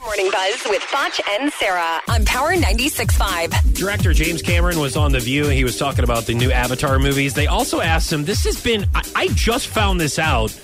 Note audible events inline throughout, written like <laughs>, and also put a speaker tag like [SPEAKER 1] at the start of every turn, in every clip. [SPEAKER 1] Morning Buzz with Foch and Sarah on Power 96.5.
[SPEAKER 2] Director James Cameron was on The View. He was talking about the new Avatar movies. They also asked him, this has been, I, I just found this out.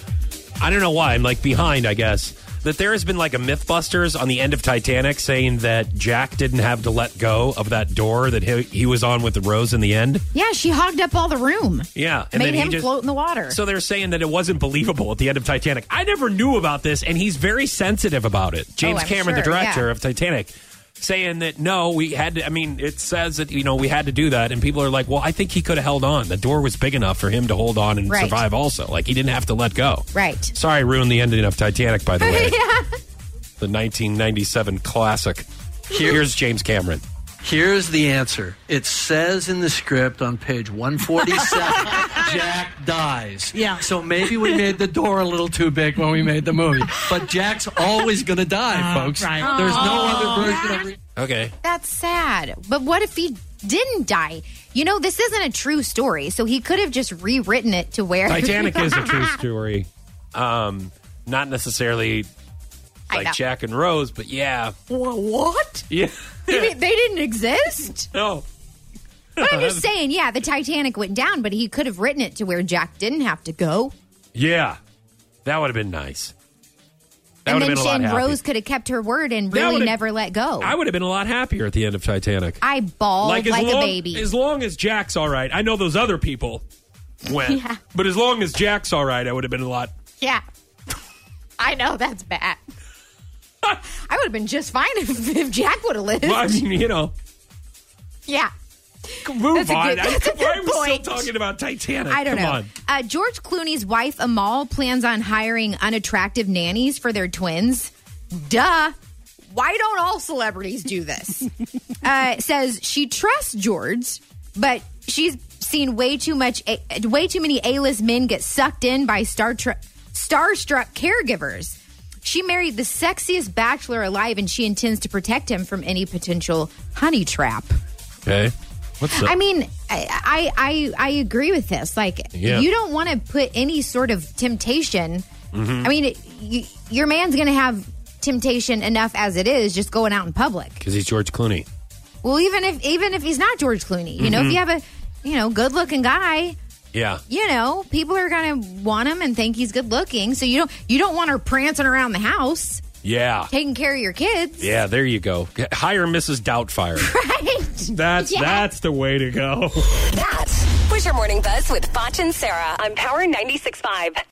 [SPEAKER 2] I don't know why. I'm like behind, I guess. That there has been like a Mythbusters on the end of Titanic saying that Jack didn't have to let go of that door that he, he was on with the Rose in the end.
[SPEAKER 3] Yeah, she hogged up all the room.
[SPEAKER 2] Yeah.
[SPEAKER 3] Made
[SPEAKER 2] he
[SPEAKER 3] him
[SPEAKER 2] just-
[SPEAKER 3] float in the water. <laughs>
[SPEAKER 2] So they're saying that it wasn't believable at the end of Titanic. I never knew about this, and he's very sensitive about it. James
[SPEAKER 3] Oh, I'm
[SPEAKER 2] Cameron, the
[SPEAKER 3] sure,
[SPEAKER 2] director
[SPEAKER 3] yeah.
[SPEAKER 2] of Titanic, saying that no, we had to. I mean, it says that you know we had to do that, and people are like, well, I think he could have held on. The door was big enough for him to hold on and
[SPEAKER 3] Right.
[SPEAKER 2] survive. Also, like he didn't have to let go.
[SPEAKER 3] right.
[SPEAKER 2] Sorry, I ruined the ending of Titanic.
[SPEAKER 3] <laughs>
[SPEAKER 2] By the way,
[SPEAKER 3] yeah.
[SPEAKER 2] the 1997 classic. Here's James Cameron.
[SPEAKER 4] Here's the answer. It says in the script on page 147
[SPEAKER 5] <laughs>
[SPEAKER 4] Jack dies.
[SPEAKER 5] Yeah.
[SPEAKER 4] So maybe we made the door a little too big when we made the movie. But Jack's always going to die,
[SPEAKER 5] Oh,
[SPEAKER 4] folks.
[SPEAKER 5] right.
[SPEAKER 4] There's no other version of it.
[SPEAKER 2] Okay.
[SPEAKER 3] That's sad. But what if he didn't die? You know, this isn't a true story, so he could have just rewritten it to where
[SPEAKER 2] Titanic is a
[SPEAKER 3] <laughs>
[SPEAKER 2] true story. Um, not necessarily
[SPEAKER 3] I know.
[SPEAKER 2] like Jack and Rose, but yeah,
[SPEAKER 3] What?
[SPEAKER 2] yeah,
[SPEAKER 3] You mean they didn't exist?
[SPEAKER 2] <laughs> no.
[SPEAKER 3] But I'm just saying, yeah, the Titanic went down, but he could have written it to where Jack didn't have to go.
[SPEAKER 2] Yeah, that would have been nice. That
[SPEAKER 3] and
[SPEAKER 2] would have
[SPEAKER 3] then
[SPEAKER 2] been a lot
[SPEAKER 3] Jen
[SPEAKER 2] happier.
[SPEAKER 3] Rose could have kept her word and
[SPEAKER 2] That
[SPEAKER 3] really
[SPEAKER 2] would've-
[SPEAKER 3] never let go.
[SPEAKER 2] I would have been a lot happier at the end of Titanic.
[SPEAKER 3] I bawled like,
[SPEAKER 2] as
[SPEAKER 3] a
[SPEAKER 2] long,
[SPEAKER 3] baby.
[SPEAKER 2] As long as Jack's all right, I know those other people
[SPEAKER 3] <laughs>
[SPEAKER 2] went, but as long as Jack's all right, I would have been a lot.
[SPEAKER 3] yeah. I know that's bad. I would have been just fine if, if Jack would have lived.
[SPEAKER 2] I mean, you
[SPEAKER 3] <laughs>
[SPEAKER 2] know,
[SPEAKER 3] Yeah.
[SPEAKER 2] move
[SPEAKER 3] That's a
[SPEAKER 2] on.
[SPEAKER 3] good-
[SPEAKER 2] I-
[SPEAKER 3] that's a
[SPEAKER 2] <laughs> why
[SPEAKER 3] good
[SPEAKER 2] are we still
[SPEAKER 3] point.
[SPEAKER 2] talking about Titanic?
[SPEAKER 3] <laughs> I don't
[SPEAKER 2] Come
[SPEAKER 3] know.
[SPEAKER 2] On.
[SPEAKER 3] Uh, George Clooney's wife, Amal, plans on hiring unattractive nannies for their twins. Duh. Why don't all celebrities
[SPEAKER 2] <laughs>
[SPEAKER 3] do this? uh, says she trusts George, but she's seen way too much, A- way too many A-list men get sucked in by star Trek starstruck caregivers. She married the sexiest bachelor alive, and she intends to protect him from any potential honey trap.
[SPEAKER 2] Okay, what's up?
[SPEAKER 3] I mean, I I I, I agree with this. Like,
[SPEAKER 2] Yeah.
[SPEAKER 3] you don't want to put any sort of temptation. I mean, it, you, your man's going to have temptation enough as it is, just going out in public.
[SPEAKER 2] Because he's George Clooney.
[SPEAKER 3] Well, even if even if he's not George Clooney, you know, if you have a you know good looking guy,
[SPEAKER 2] Yeah.
[SPEAKER 3] you know, people are going to want him and think he's good looking. So you don't you don't want her prancing around the house
[SPEAKER 2] Yeah.
[SPEAKER 3] taking care of your kids.
[SPEAKER 2] Yeah, there you go. Hire Mrs. Doubtfire.
[SPEAKER 3] <laughs> Right?
[SPEAKER 2] That's
[SPEAKER 3] Yeah.
[SPEAKER 2] that's the way to go.
[SPEAKER 1] That was your Morning Buzz with Foch and Sarah on Power 96.5.